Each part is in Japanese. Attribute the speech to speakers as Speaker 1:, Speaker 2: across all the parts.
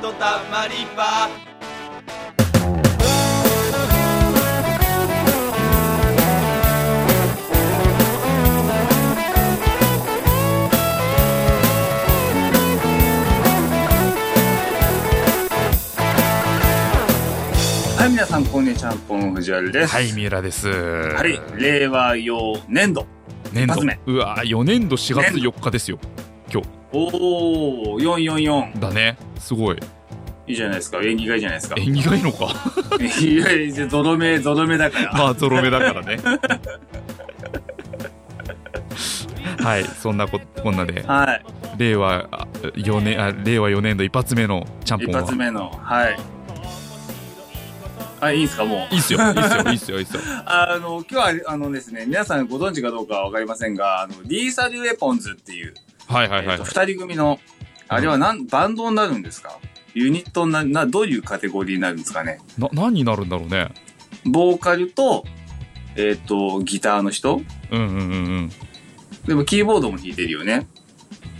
Speaker 1: とたまり場
Speaker 2: はい、皆さん、こんにちは。ポン藤原です。
Speaker 3: はい、三浦です。は
Speaker 2: はい、令和用年度。
Speaker 3: 年
Speaker 2: 一
Speaker 3: 度
Speaker 2: 発目。
Speaker 3: うわー、4年度4月
Speaker 2: 年
Speaker 3: 4日ですよ。
Speaker 2: おー、444。
Speaker 3: だね。すごい。
Speaker 2: いいじゃないですか。縁起がいいじゃないですか。
Speaker 3: 縁起がいい のか。
Speaker 2: いやいや、ゾロ目、ゾロ目だから。
Speaker 3: まあ、ゾロ目だからね。はい、そんなこ、こんなで、
Speaker 2: はい。
Speaker 3: 令和あ4年、あ、令和4年度一発目のちゃんぽ
Speaker 2: 一
Speaker 3: んは。
Speaker 2: 発目の、はい。あ、いいんすか、もう
Speaker 3: い。いっすよ、いいっすよ、いいっすよ、いい っすよ。
Speaker 2: あの、今日は、あのですね、皆さんご存知かどうかはわかりませんが、あの、リーサルウェポンズっていう、
Speaker 3: はい
Speaker 2: え
Speaker 3: は
Speaker 2: っ
Speaker 3: いはい
Speaker 2: と。二人組の、あれはなん、バンドになるんですかユニットにな、な、どういうカテゴリーになるんですかね
Speaker 3: な、何になるんだろうね。
Speaker 2: ボーカルと、えっ、と、ギターの人
Speaker 3: うんうんうんうん。
Speaker 2: でもキーボードも弾いてるよね。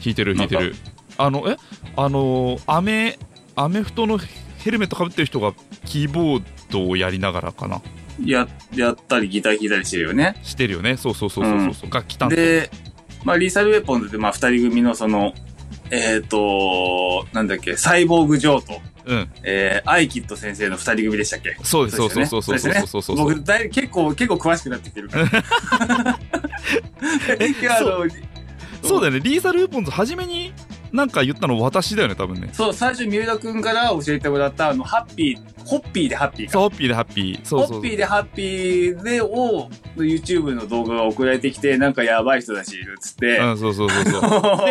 Speaker 3: 弾いてる弾いてるあのえあのーアメアメフトのヘルメットかぶってる人がキーボードをやりながらかな
Speaker 2: や、やったりギター弾いたりしてるよね。
Speaker 3: してるよねそうそうそうそうそう、が来たんだ
Speaker 2: で、まあ、リーサルウェポンズって、まあ、二人組のその、えっ、と、なんだっけ、サイボーグ・ジョーと、
Speaker 3: うん
Speaker 2: えー、アイキッド先生の二人組でしたっけ
Speaker 3: そうですそうそうそうそうそうそうそうそう
Speaker 2: 僕だい、結構、結構詳しくなってきてるから。 えあの
Speaker 3: そうだよねリーサルウーポンズ初めになんか言ったの私だよね多分ね
Speaker 2: そう、最初、三浦くんから教えてもらった、あの、ハッピー、ホッピーでハッピーか。
Speaker 3: そうホッピーでハッピーそ
Speaker 2: ホ
Speaker 3: うそう
Speaker 2: ッピーでハッピーでを、YouTube の動画が送られてきて、なんかやばい人だし、つって。
Speaker 3: うん、そうそうそうそ う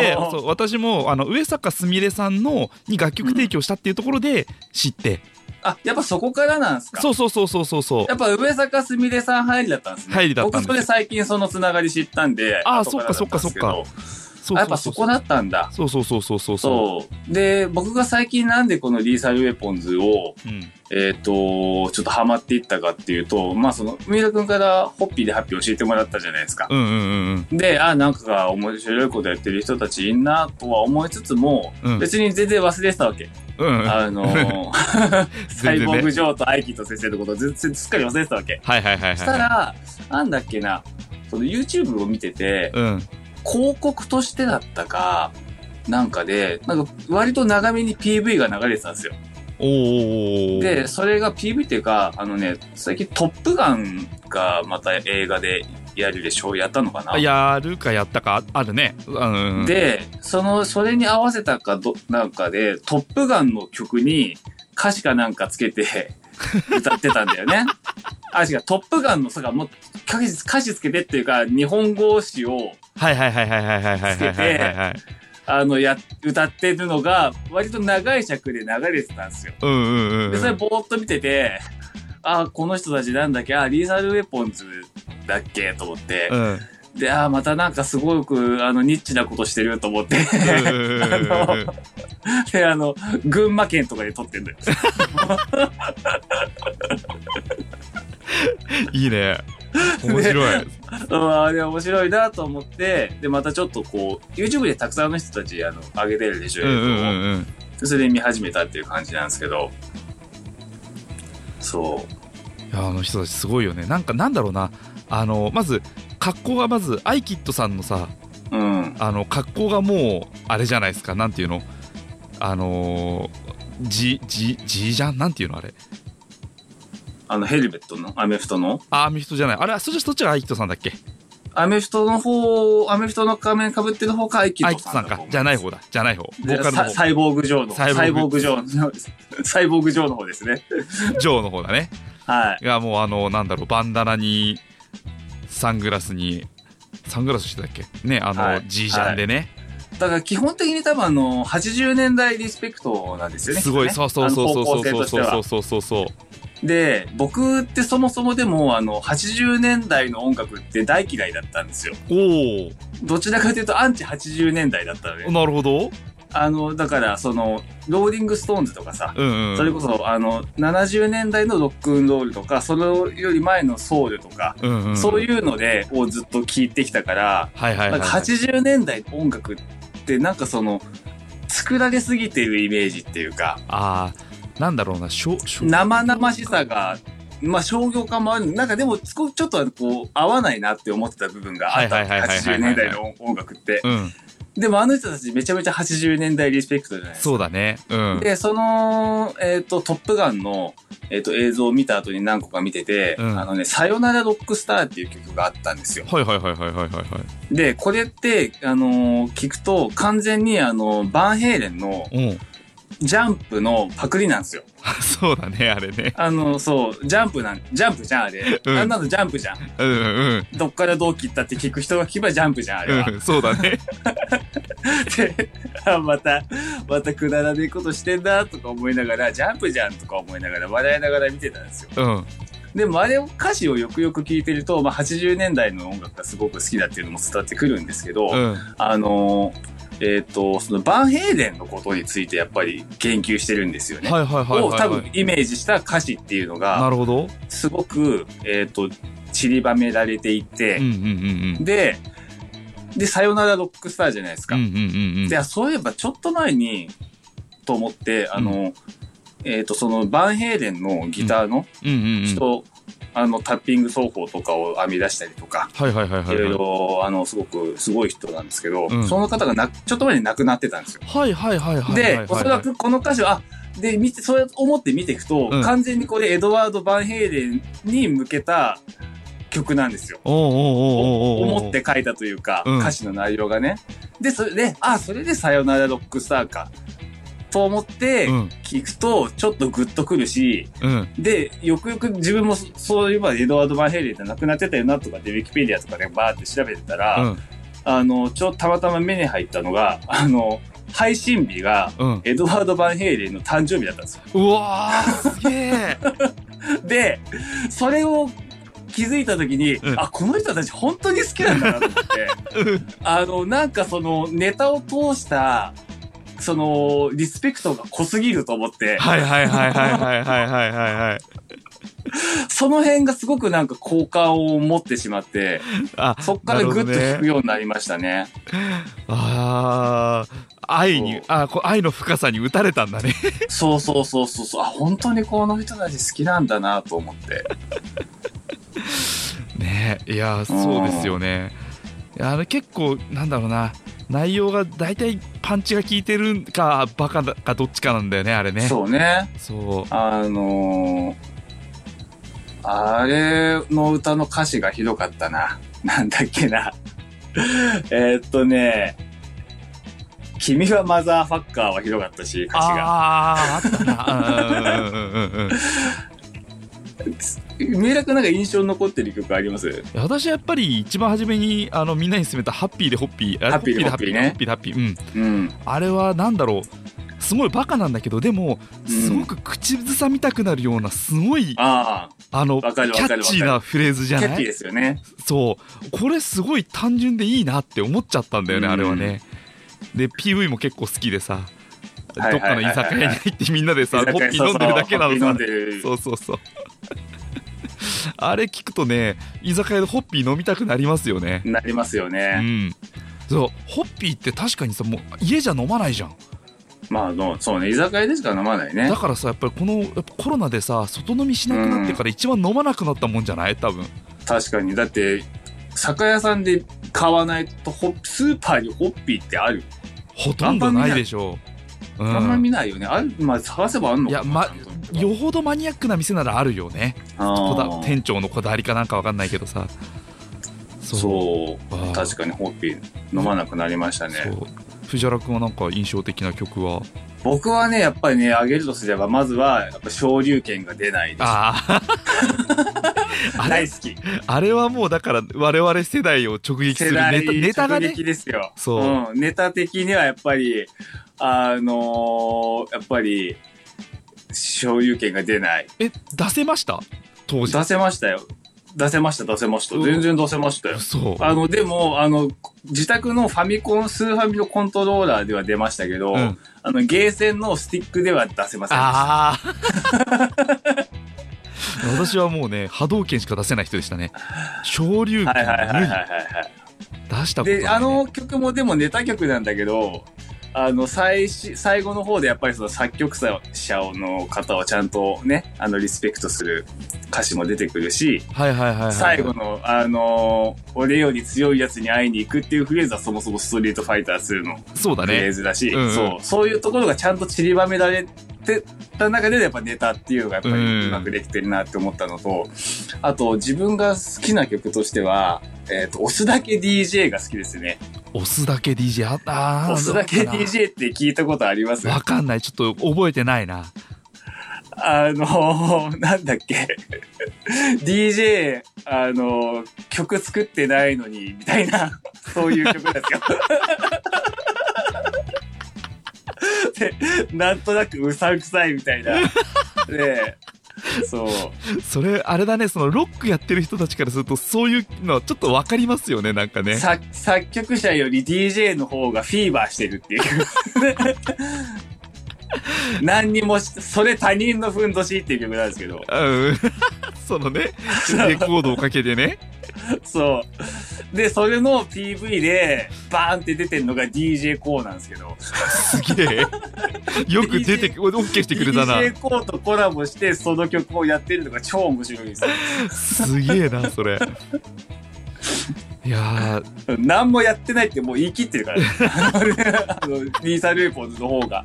Speaker 3: でそう私もあの上坂すみれさんのに楽曲提供したっていうところで知って、
Speaker 2: あ、やっぱそこからなんですか
Speaker 3: そうそうそうそうそうそう
Speaker 2: やっぱ上坂すみれさん入りだったんですね。
Speaker 3: 入りだったんです
Speaker 2: 僕それ最近そのつながり知ったんで。
Speaker 3: あー
Speaker 2: 後らだたんですけど
Speaker 3: そっかそっそう
Speaker 2: あやっぱそこだったんだ。
Speaker 3: そうそうそうそうそうそ
Speaker 2: そう。で、僕が最近なんでこのリーサルウェポンズを、
Speaker 3: ううん
Speaker 2: えっ、と、ちょっとハマっていったかっていうと、まあその、三浦くんからホッピーでハッピー教えてもらったじゃないですか。
Speaker 3: うんうんうんうん
Speaker 2: で、あ、なんか面白いことやってる人たちいんなとは思いつつも、
Speaker 3: うん
Speaker 2: 別に全然忘れてたわけ。
Speaker 3: うんうん。はい
Speaker 2: あ のー、サイボー
Speaker 3: 全然ね
Speaker 2: グ・ジョーとアイキと先生のことを全然すっかり忘れてたわけ。
Speaker 3: はいはいはい。
Speaker 2: した、ら、なんだっけな、その YouTube を見てて、
Speaker 3: うん。
Speaker 2: 広告としてだったか、なんかで、なんか割と長めに PV が流れてたんですよ。
Speaker 3: おー。
Speaker 2: で、それが PV っていうか、あのね、最近トップガンがまた映画でやるでしょう、やったのかな。
Speaker 3: やるかやったかああるね。うん。、
Speaker 2: で、その、それに合わせたかど、なんかで、トップガンの曲に歌詞かなんかつけ て歌ってたんだよね。あ、違う、トップガンの、そうか、もう歌詞歌詞つけてっていうか、日本語詞を、
Speaker 3: はいはいはいはいはいはいはいはいはいはいはい。
Speaker 2: あの、や、歌ってるのが、割と長い尺で流れてたんですよ。
Speaker 3: うんうんうんうん。
Speaker 2: で、それぼーっと見てて、あ、この人たちなんだっけあ、リーサルウェポンズだっけと思って
Speaker 3: う。ん。うん
Speaker 2: で、あ、またなんかすごく、あの、ニッチなことしてると思って。
Speaker 3: うんうんうん
Speaker 2: あので、あの、群馬県とかで撮ってんだよ。
Speaker 3: いいね。面白い。
Speaker 2: うんあれ面白いなと思って、で、またちょっとこう、YouTube でたくさんの人たち、あの、上げてるでしょ、
Speaker 3: うんうんう
Speaker 2: 映
Speaker 3: んうん。
Speaker 2: 像をそれで見始めたっていう感じなんですけど。そう。
Speaker 3: いや、あの人たちすごいよね。なんかなんだろうな。あの、まず、格好がまず、アイキッドさんのさ、
Speaker 2: うん。
Speaker 3: あの格好がもうあれじゃないですかなんていうのあのー、じじじじゃんなんていうのあれ
Speaker 2: あの、ヘルメットの、アメフトの。
Speaker 3: あアメフトじゃないあれそっちそっちはアイキットさんだっけ
Speaker 2: アメフトの方、アメフトの仮面被ってる方か、アイキ
Speaker 3: ア
Speaker 2: ッ
Speaker 3: イ
Speaker 2: ド
Speaker 3: キット
Speaker 2: さ
Speaker 3: さ
Speaker 2: ん
Speaker 3: ん
Speaker 2: だと
Speaker 3: か
Speaker 2: 思う
Speaker 3: じゃない方だじゃない方ボーカルの
Speaker 2: さサ
Speaker 3: 方
Speaker 2: イボーグ上の、
Speaker 3: サイ
Speaker 2: サイボー
Speaker 3: ボーグ
Speaker 2: グ上の、サイボーグ上の方ですね。
Speaker 3: ジョーの方だね
Speaker 2: はい。
Speaker 3: がもうあのなんだろうバンダナにサングラスにサングラスしてたっけねあ
Speaker 2: は
Speaker 3: の
Speaker 2: い
Speaker 3: じじゃんでね、
Speaker 2: だから基本的に多分あの、80年代リスペクトなんですよね。
Speaker 3: すごい
Speaker 2: きっ
Speaker 3: そう
Speaker 2: と
Speaker 3: そ
Speaker 2: ね
Speaker 3: うそう
Speaker 2: あの
Speaker 3: そう
Speaker 2: 方向性
Speaker 3: そ
Speaker 2: と
Speaker 3: う
Speaker 2: して
Speaker 3: そう
Speaker 2: は
Speaker 3: そうそうそうそう
Speaker 2: で、僕ってそもそもでも、あの、80年代の音楽って大嫌いだったんですよ。
Speaker 3: お
Speaker 2: どちらかというと、アンチ80年代だったの
Speaker 3: お
Speaker 2: ね。
Speaker 3: なるほど
Speaker 2: あの、だから、その、ローリングストーンズとかさ、
Speaker 3: うんうん
Speaker 2: それこそ、あの、70年代のロックンロールとか、それより前のソウルとか、
Speaker 3: うんうん、
Speaker 2: そう
Speaker 3: う
Speaker 2: いうので、をずっと聴いてきたから、
Speaker 3: はいはい
Speaker 2: な
Speaker 3: は
Speaker 2: ん
Speaker 3: い
Speaker 2: か
Speaker 3: はい
Speaker 2: 80年代の音楽って、なんかその、作られすぎてるイメージっていうか、
Speaker 3: ああなんだろうなしょしょ
Speaker 2: 生々しさが、まあ商業化もある、なんかでも、ちょちょっとこう、合わないなって思ってた部分があった。
Speaker 3: はいはいはいはいはいは
Speaker 2: 80
Speaker 3: い
Speaker 2: 年代の音楽って。
Speaker 3: うん
Speaker 2: でもあの人たちめちゃめちゃ80年代リスペクトじゃないですか。
Speaker 3: そうだねうん
Speaker 2: で、その、えっ、と、トップガンの、えっ、と、映像を見た後に何個か見てて、
Speaker 3: うん
Speaker 2: あのね、さよならロックスターっていう曲があったんですよ。
Speaker 3: はいはいはいはいはいはいは
Speaker 2: で、これって、あのー聞くと完全にあの、バンヘイレンの
Speaker 3: いうん
Speaker 2: ジャンプのパクリなんですよ。
Speaker 3: そうだねあれね
Speaker 2: あの、そう、ジャンプなん、ジャンプじゃん、あれ。
Speaker 3: うん
Speaker 2: あんなのジャンプじゃん。
Speaker 3: うんうん
Speaker 2: どっからどう切ったって聞く人が聞けばジャンプじゃん、あれは。
Speaker 3: うんそうだね
Speaker 2: で、 あまた、またくだらねえことしてんだとか思いながら、ジャンプじゃんとか思いながら、笑いながら見てたんですよ。
Speaker 3: うん
Speaker 2: でもあれを歌詞をよくよく聞いてると、まあ、80年代の音楽がすごく好きだっていうのも伝わってくるんですけど、
Speaker 3: うん
Speaker 2: あのーえっ、と、そのバンヘイレンのことについてやっぱり言及してるんですよね。
Speaker 3: はいはいはい
Speaker 2: を
Speaker 3: はい
Speaker 2: 多
Speaker 3: は
Speaker 2: 分
Speaker 3: い
Speaker 2: イメージした歌詞っていうの
Speaker 3: な
Speaker 2: が、
Speaker 3: るほど
Speaker 2: すごく、えっ、と、散りばめられていて
Speaker 3: うん、うんうん
Speaker 2: で、で、さよならロックスターじゃないです
Speaker 3: う
Speaker 2: か。
Speaker 3: んうんうんうん
Speaker 2: で、あそういえばちょっと前に、と思って、あの、えっ、と、そのバンヘイレンのギターの
Speaker 3: うんうんうん
Speaker 2: 人、あの、タッピング奏法とかを編み出したりとか、
Speaker 3: はいはいはいはい
Speaker 2: ろ
Speaker 3: いはいい
Speaker 2: ろ、あの、すごく、すごい人なんですけど、
Speaker 3: うん
Speaker 2: その方がな、ちょっと前に亡くなってたんですよ。
Speaker 3: はいはいはいはいはい
Speaker 2: で
Speaker 3: は、い
Speaker 2: おそらくこの歌詞は、あ、で、見て、そう思って見ていくと、
Speaker 3: うん
Speaker 2: 完全にこれ、エドワード・バンヘイレンに向けた曲なんですよ。
Speaker 3: おうおうおうおうおうおう
Speaker 2: 思って書いたというか、
Speaker 3: うん
Speaker 2: 歌詞の内容がね。で、それで、あ、それでさよならロックスターか。と思って
Speaker 3: うん
Speaker 2: 聞くと、ちょっとグッとくるし、
Speaker 3: うん
Speaker 2: で、よくよく自分もそそういえばエドワード・バンヘイレンって亡くなってたよなとかで、ウィキペディアとかでバーって調べてたら、
Speaker 3: うん
Speaker 2: あの、ちょ、たまたま目に入ったのが、 あの、配信日が、
Speaker 3: うん
Speaker 2: エドワード・バンヘイレンの誕生日だったんですよ。
Speaker 3: うわーすげえ
Speaker 2: で、それを気づいた時に、
Speaker 3: うん
Speaker 2: あ、この人たち本当に好きなんだなと思って、
Speaker 3: うん
Speaker 2: あの、なんかその、ネタを通した、その、リスペクトが濃すぎると思 って、
Speaker 3: はいはいはいはいはいはいはいはいはい
Speaker 2: その辺がすごくなんか好感を持ってしま って、
Speaker 3: あ
Speaker 2: そっからグッと
Speaker 3: なる
Speaker 2: 引
Speaker 3: ほど
Speaker 2: く
Speaker 3: ね
Speaker 2: ようになりましたね。
Speaker 3: ああ愛
Speaker 2: そ
Speaker 3: に
Speaker 2: う
Speaker 3: あこ愛の深さに打たれたんだね
Speaker 2: そうそうそうそうそう、あ、本当にこの人たち好きなんだなと思って。
Speaker 3: ねいやそうですよねいやあれ結構なんだろうな内容が大体パンチが効いてるかバカだかどっちかなんだよねあれね
Speaker 2: そうね。
Speaker 3: そう
Speaker 2: あのー、あれの歌の歌詞がひどかったな。 なんだっけな。 えーっとね、君はマザーファッカーはひどかったし、歌詞が。
Speaker 3: ああーあったなうんうんうんうんうん
Speaker 2: 明楽なんか印象に残ってる曲あります
Speaker 3: いや私はやっぱり一番初めにあのみんなに勧めた「ハッピーでホッピー」あれ
Speaker 2: ハッピーで
Speaker 3: ホッピー
Speaker 2: ホ
Speaker 3: ホ
Speaker 2: ッ
Speaker 3: ッピーでハッピーうん
Speaker 2: うん。
Speaker 3: あれはなんだろうすごいバカなんだけどでも
Speaker 2: うん
Speaker 3: すごく口ずさみたくなるようなすごい、
Speaker 2: あ
Speaker 3: あのキ
Speaker 2: わかる
Speaker 3: ャ
Speaker 2: わかる
Speaker 3: ッチーなフレーズじ
Speaker 2: あ、
Speaker 3: ゃ
Speaker 2: キャッ
Speaker 3: な
Speaker 2: チー
Speaker 3: い
Speaker 2: ですよね。
Speaker 3: そうこれすごい単純でいいなって思っちゃったんだよね、
Speaker 2: うん
Speaker 3: あれはねで PV も結構好きでさど
Speaker 2: はいは
Speaker 3: っか
Speaker 2: いは
Speaker 3: の
Speaker 2: いはい
Speaker 3: 居酒屋に入ってみんなでさホッピー飲んでるだけなの
Speaker 2: そうそうホッピー飲ん
Speaker 3: さ
Speaker 2: でる
Speaker 3: そうそうそうあれ聞くとね居酒屋でホッピー飲みたくなりますよね
Speaker 2: なりますよ
Speaker 3: う
Speaker 2: ね。
Speaker 3: んそうホッピーって確かにさもう家じゃ飲まないじゃん
Speaker 2: まあ、あの、そうね、居酒屋でしか飲まないね
Speaker 3: だ。からさやっぱりこのやっぱコロナでさ外飲みしなくなってから一番飲まなくなったもんじゃない多分
Speaker 2: 確かに。だって、酒屋さんで買わないと、ホッスーパーにホッピーってある
Speaker 3: ほとんどないでしょう、
Speaker 2: あんま
Speaker 3: ん、
Speaker 2: 見ないよね。ある、まあ、探せばあんの
Speaker 3: い
Speaker 2: か
Speaker 3: や
Speaker 2: な
Speaker 3: まよほどマニアックな店ならあるよねこだ
Speaker 2: あー
Speaker 3: 店長のこだわりかなんかわかんないけどさう
Speaker 2: そう
Speaker 3: あー
Speaker 2: 確かにホッピー飲まなくなりましたね
Speaker 3: そう藤原君はなんか印象的な曲は
Speaker 2: 僕はねやっぱりねあげるとすればまずはやっぱ昇竜拳が出ないです
Speaker 3: ああれ
Speaker 2: 大好き
Speaker 3: あれはもうだから我々世代を直撃す
Speaker 2: 世
Speaker 3: る
Speaker 2: 代
Speaker 3: ネタネタが
Speaker 2: 直
Speaker 3: ね
Speaker 2: 撃ですよ
Speaker 3: そう、
Speaker 2: ん、ネタ的にはやっぱりあのーやっぱり昇竜拳が出ない
Speaker 3: え出せました当時
Speaker 2: 出せましたよ出せました出せました
Speaker 3: うん
Speaker 2: 全然出せましたよ
Speaker 3: そう
Speaker 2: あのでもあの自宅のファミコンスーファミのコントローラーでは出ましたけど、
Speaker 3: うん
Speaker 2: あの、ゲーセンのスティックでは出せませんでした。
Speaker 3: ああ 私はもうね波動拳しか出せない人でしたね昇竜拳
Speaker 2: はいはいはいはいはい
Speaker 3: 無理
Speaker 2: は
Speaker 3: 出した
Speaker 2: い。
Speaker 3: ことない、
Speaker 2: で、
Speaker 3: ね、
Speaker 2: あの曲もでもネタ曲なんだけど、あの、最し、最後の方でやっぱりその作曲者の方をちゃんとね、あの、リスペクトする歌詞も出てくるし、
Speaker 3: はいはいはいはい。
Speaker 2: 最後の、あのー俺より強いやつに会いに行くっていうフレーズはそもそもストリートファイター2の
Speaker 3: そうだ
Speaker 2: フレー
Speaker 3: ね。
Speaker 2: ズだし、
Speaker 3: うんうん
Speaker 2: そう、そういうところがちゃんと散りばめられてた中で、やっぱネタっていうのがやっぱ
Speaker 3: うん
Speaker 2: りうまくできてるなって思ったのと、あと自分が好きな曲としては、えっ、と、押すだけ DJ が好きですね。
Speaker 3: 押すだけ DJ あった。
Speaker 2: 押すだけ
Speaker 3: どうかな
Speaker 2: DJ って聞いたことあります
Speaker 3: わかんない。ちょっと覚えてないな。
Speaker 2: あの ーなんだっけ。DJ、あのー曲作ってないのに、みたいな、そういう曲ですよ。で、なんとなくうさんくさいみたいな。で、そう。
Speaker 3: それ、あれだね、そのロックやってる人たちからすると、そういうのはちょっとわかりますよね、なんかね。
Speaker 2: 作作曲者より DJ の方がフィーバーしてるっていう。何にもし、それ他人のふんどしっていう曲なんですけど。
Speaker 3: うん。 そのね、レコードをかけてね。
Speaker 2: そう。で、それの PV で、バーンって出てるのが DJ コーなんですけど。
Speaker 3: すげ え。よく出て、オッケーしてくれたな。
Speaker 2: DJ コーとコラボして、その曲をやってるのが超面白いんですよ。
Speaker 3: すげえな、それ。いやー、
Speaker 2: 何もやってないってもう言い切ってるから、ね。あの、リーサルーポーズの方が。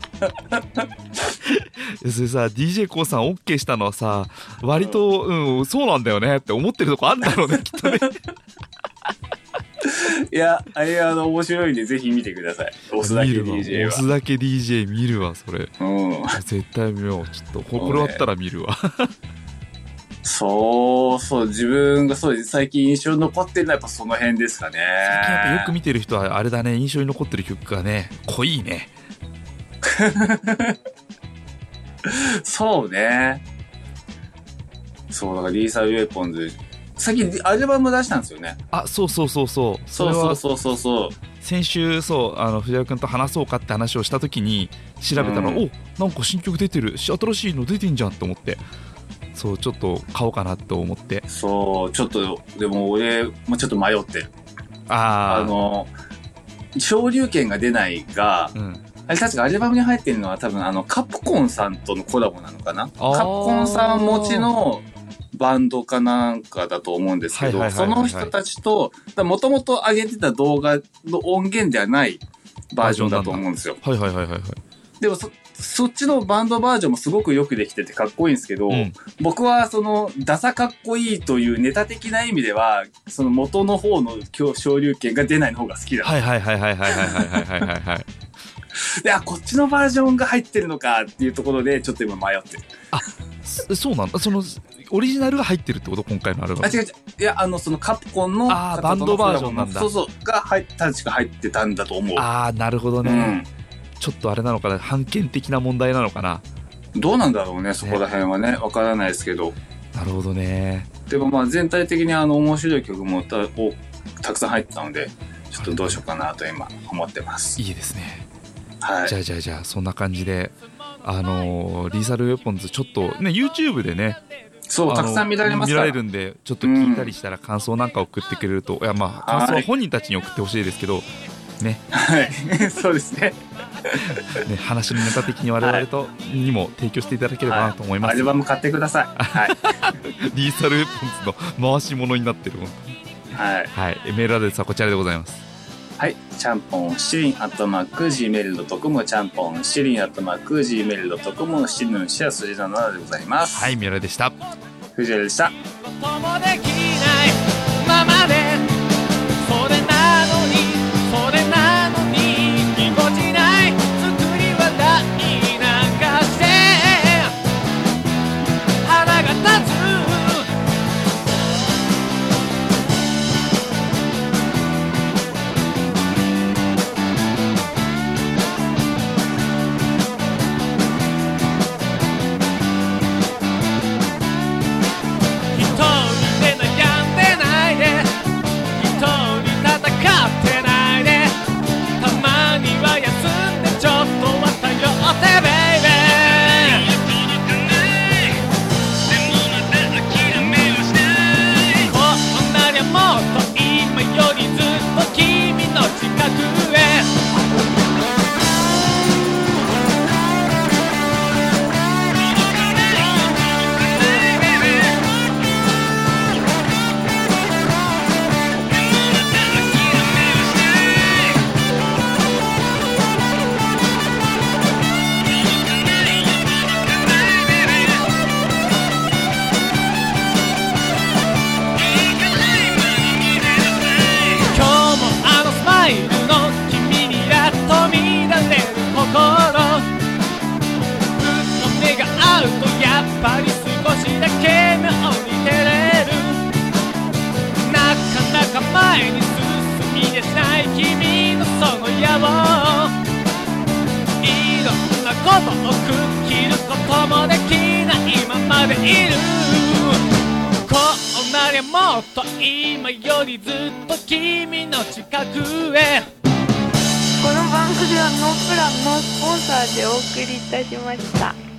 Speaker 3: それさ、DJ コウさんオッケーしたのはさ、割と、うん、そうなんだよねって思ってるとこあんだろう ね、きっとね。
Speaker 2: いや、あれ、あの、面白いんで、ぜひ見てください。押すだけ
Speaker 3: 見るわ
Speaker 2: DJ
Speaker 3: 押
Speaker 2: は。
Speaker 3: すだけ DJ 見るわ、それ。
Speaker 2: うん。
Speaker 3: 絶対見よう。ちょっと、これ終わったら見るわ。
Speaker 2: そう、そう、自分がそうです最近印象に残ってるのはやっぱその辺ですかね。
Speaker 3: 最近やっぱよく見てる人はあれだね印象に残ってる曲がね濃いね
Speaker 2: そうね。そう、だからリーサルウェポンズ、最近アルバム出したんですよね。
Speaker 3: あそうそうそうそうそ
Speaker 2: そう
Speaker 3: れ
Speaker 2: そう
Speaker 3: は
Speaker 2: そうそうそう。
Speaker 3: 先週そうあの藤原君と話そうかって話をした時に調べたら、
Speaker 2: うん
Speaker 3: おなんか新曲出てるし新しいの出てんじゃんと思ってそうちょっと買おうかなと思って
Speaker 2: そう、ちょっと、でも俺もちょっと迷ってる。あ
Speaker 3: ああ
Speaker 2: の、昇竜拳が出ないが、
Speaker 3: うん、
Speaker 2: あれ確かアルバムに入ってるのは多分あのカプコンさんとのコラボなのかなカプ
Speaker 3: あー
Speaker 2: コンさん持ちのバンドかなんかだと思うんですけ
Speaker 3: は
Speaker 2: ど、
Speaker 3: いはいは
Speaker 2: そ
Speaker 3: いはいは
Speaker 2: の
Speaker 3: い
Speaker 2: 人たちと、もともと上げてた動画の音源ではないバージョンだと思うんですよ。
Speaker 3: はいはいはいはいはい
Speaker 2: でもそ、そっちのバンドバージョンもすごくよくできててかっこいいんですけど、
Speaker 3: うん
Speaker 2: 僕はその、ダサかっこいいというネタ的な意味では、その元の方の今日昇竜拳が出ないの方が好きだ。
Speaker 3: はいはいはいはいはいはいはいはいは いはい
Speaker 2: で、あ、こっちのバージョンが入ってるのかっていうところで、ちょっと今迷ってる。
Speaker 3: そそうなんだそのオリジナルが入ってるってこと今回のアル
Speaker 2: あ、
Speaker 3: バム
Speaker 2: 違う違う。いや、あの、そのカプコンの
Speaker 3: あー
Speaker 2: 方との
Speaker 3: バンドバージョンなんだ
Speaker 2: そうそう。が入っ、確か入ってたんだと思う。
Speaker 3: ああなるほど
Speaker 2: う
Speaker 3: ね、
Speaker 2: ん。
Speaker 3: ちょっとあれなのかな判権的な問題なのかな
Speaker 2: どうなんだろうね、そこら辺はね。わからないですけど。
Speaker 3: なるほどね
Speaker 2: でもまあ全体的にあの面白い曲もたおたくさん入ってたので、ちょっとどうしようかなと今思ってます。
Speaker 3: いいですね
Speaker 2: はい
Speaker 3: じ。ゃあじゃあじゃあそんな感じであのーリーサルウェポンズちょっとね YouTube でね
Speaker 2: そう、
Speaker 3: あの
Speaker 2: たくさん見られます
Speaker 3: 見
Speaker 2: からら。
Speaker 3: れるんでちょっと聞いたりしたら感想なんか送ってくれると、いやまあ感想
Speaker 2: は
Speaker 3: はい本人たちに送ってほしいですけど、ね
Speaker 2: はい。 そうですね。
Speaker 3: ね話のネタ的に我々と、にも提供していただければなと思いま
Speaker 2: ア
Speaker 3: す、
Speaker 2: ルバム買ってください。はい。
Speaker 3: リーサルウェポンズの回し物になってるもん
Speaker 2: はい。
Speaker 3: はいメールアドレスはこちらでございます
Speaker 2: はい。ちゃんぽんしりんアットマーク Gmail.com ちゃんぽんしりんアットマーク Gmail.com しりんのシェア筋の7でございます。
Speaker 3: はい。メールでした
Speaker 2: 藤原でした。
Speaker 1: こともできないままでそれなのにそれなのにぎこちない作り笑いなんかして腹が立つ一人で悩んでないでずっと目が合うとやっぱり少しだけ目を似てれるなかなか前に進み出ない君のその野望いろんなことをくっ切ることもできないままでいるこうなりゃもっと今よりずっと君の近くへ
Speaker 4: この番組はノープランのスポンサーでお送りいたしました。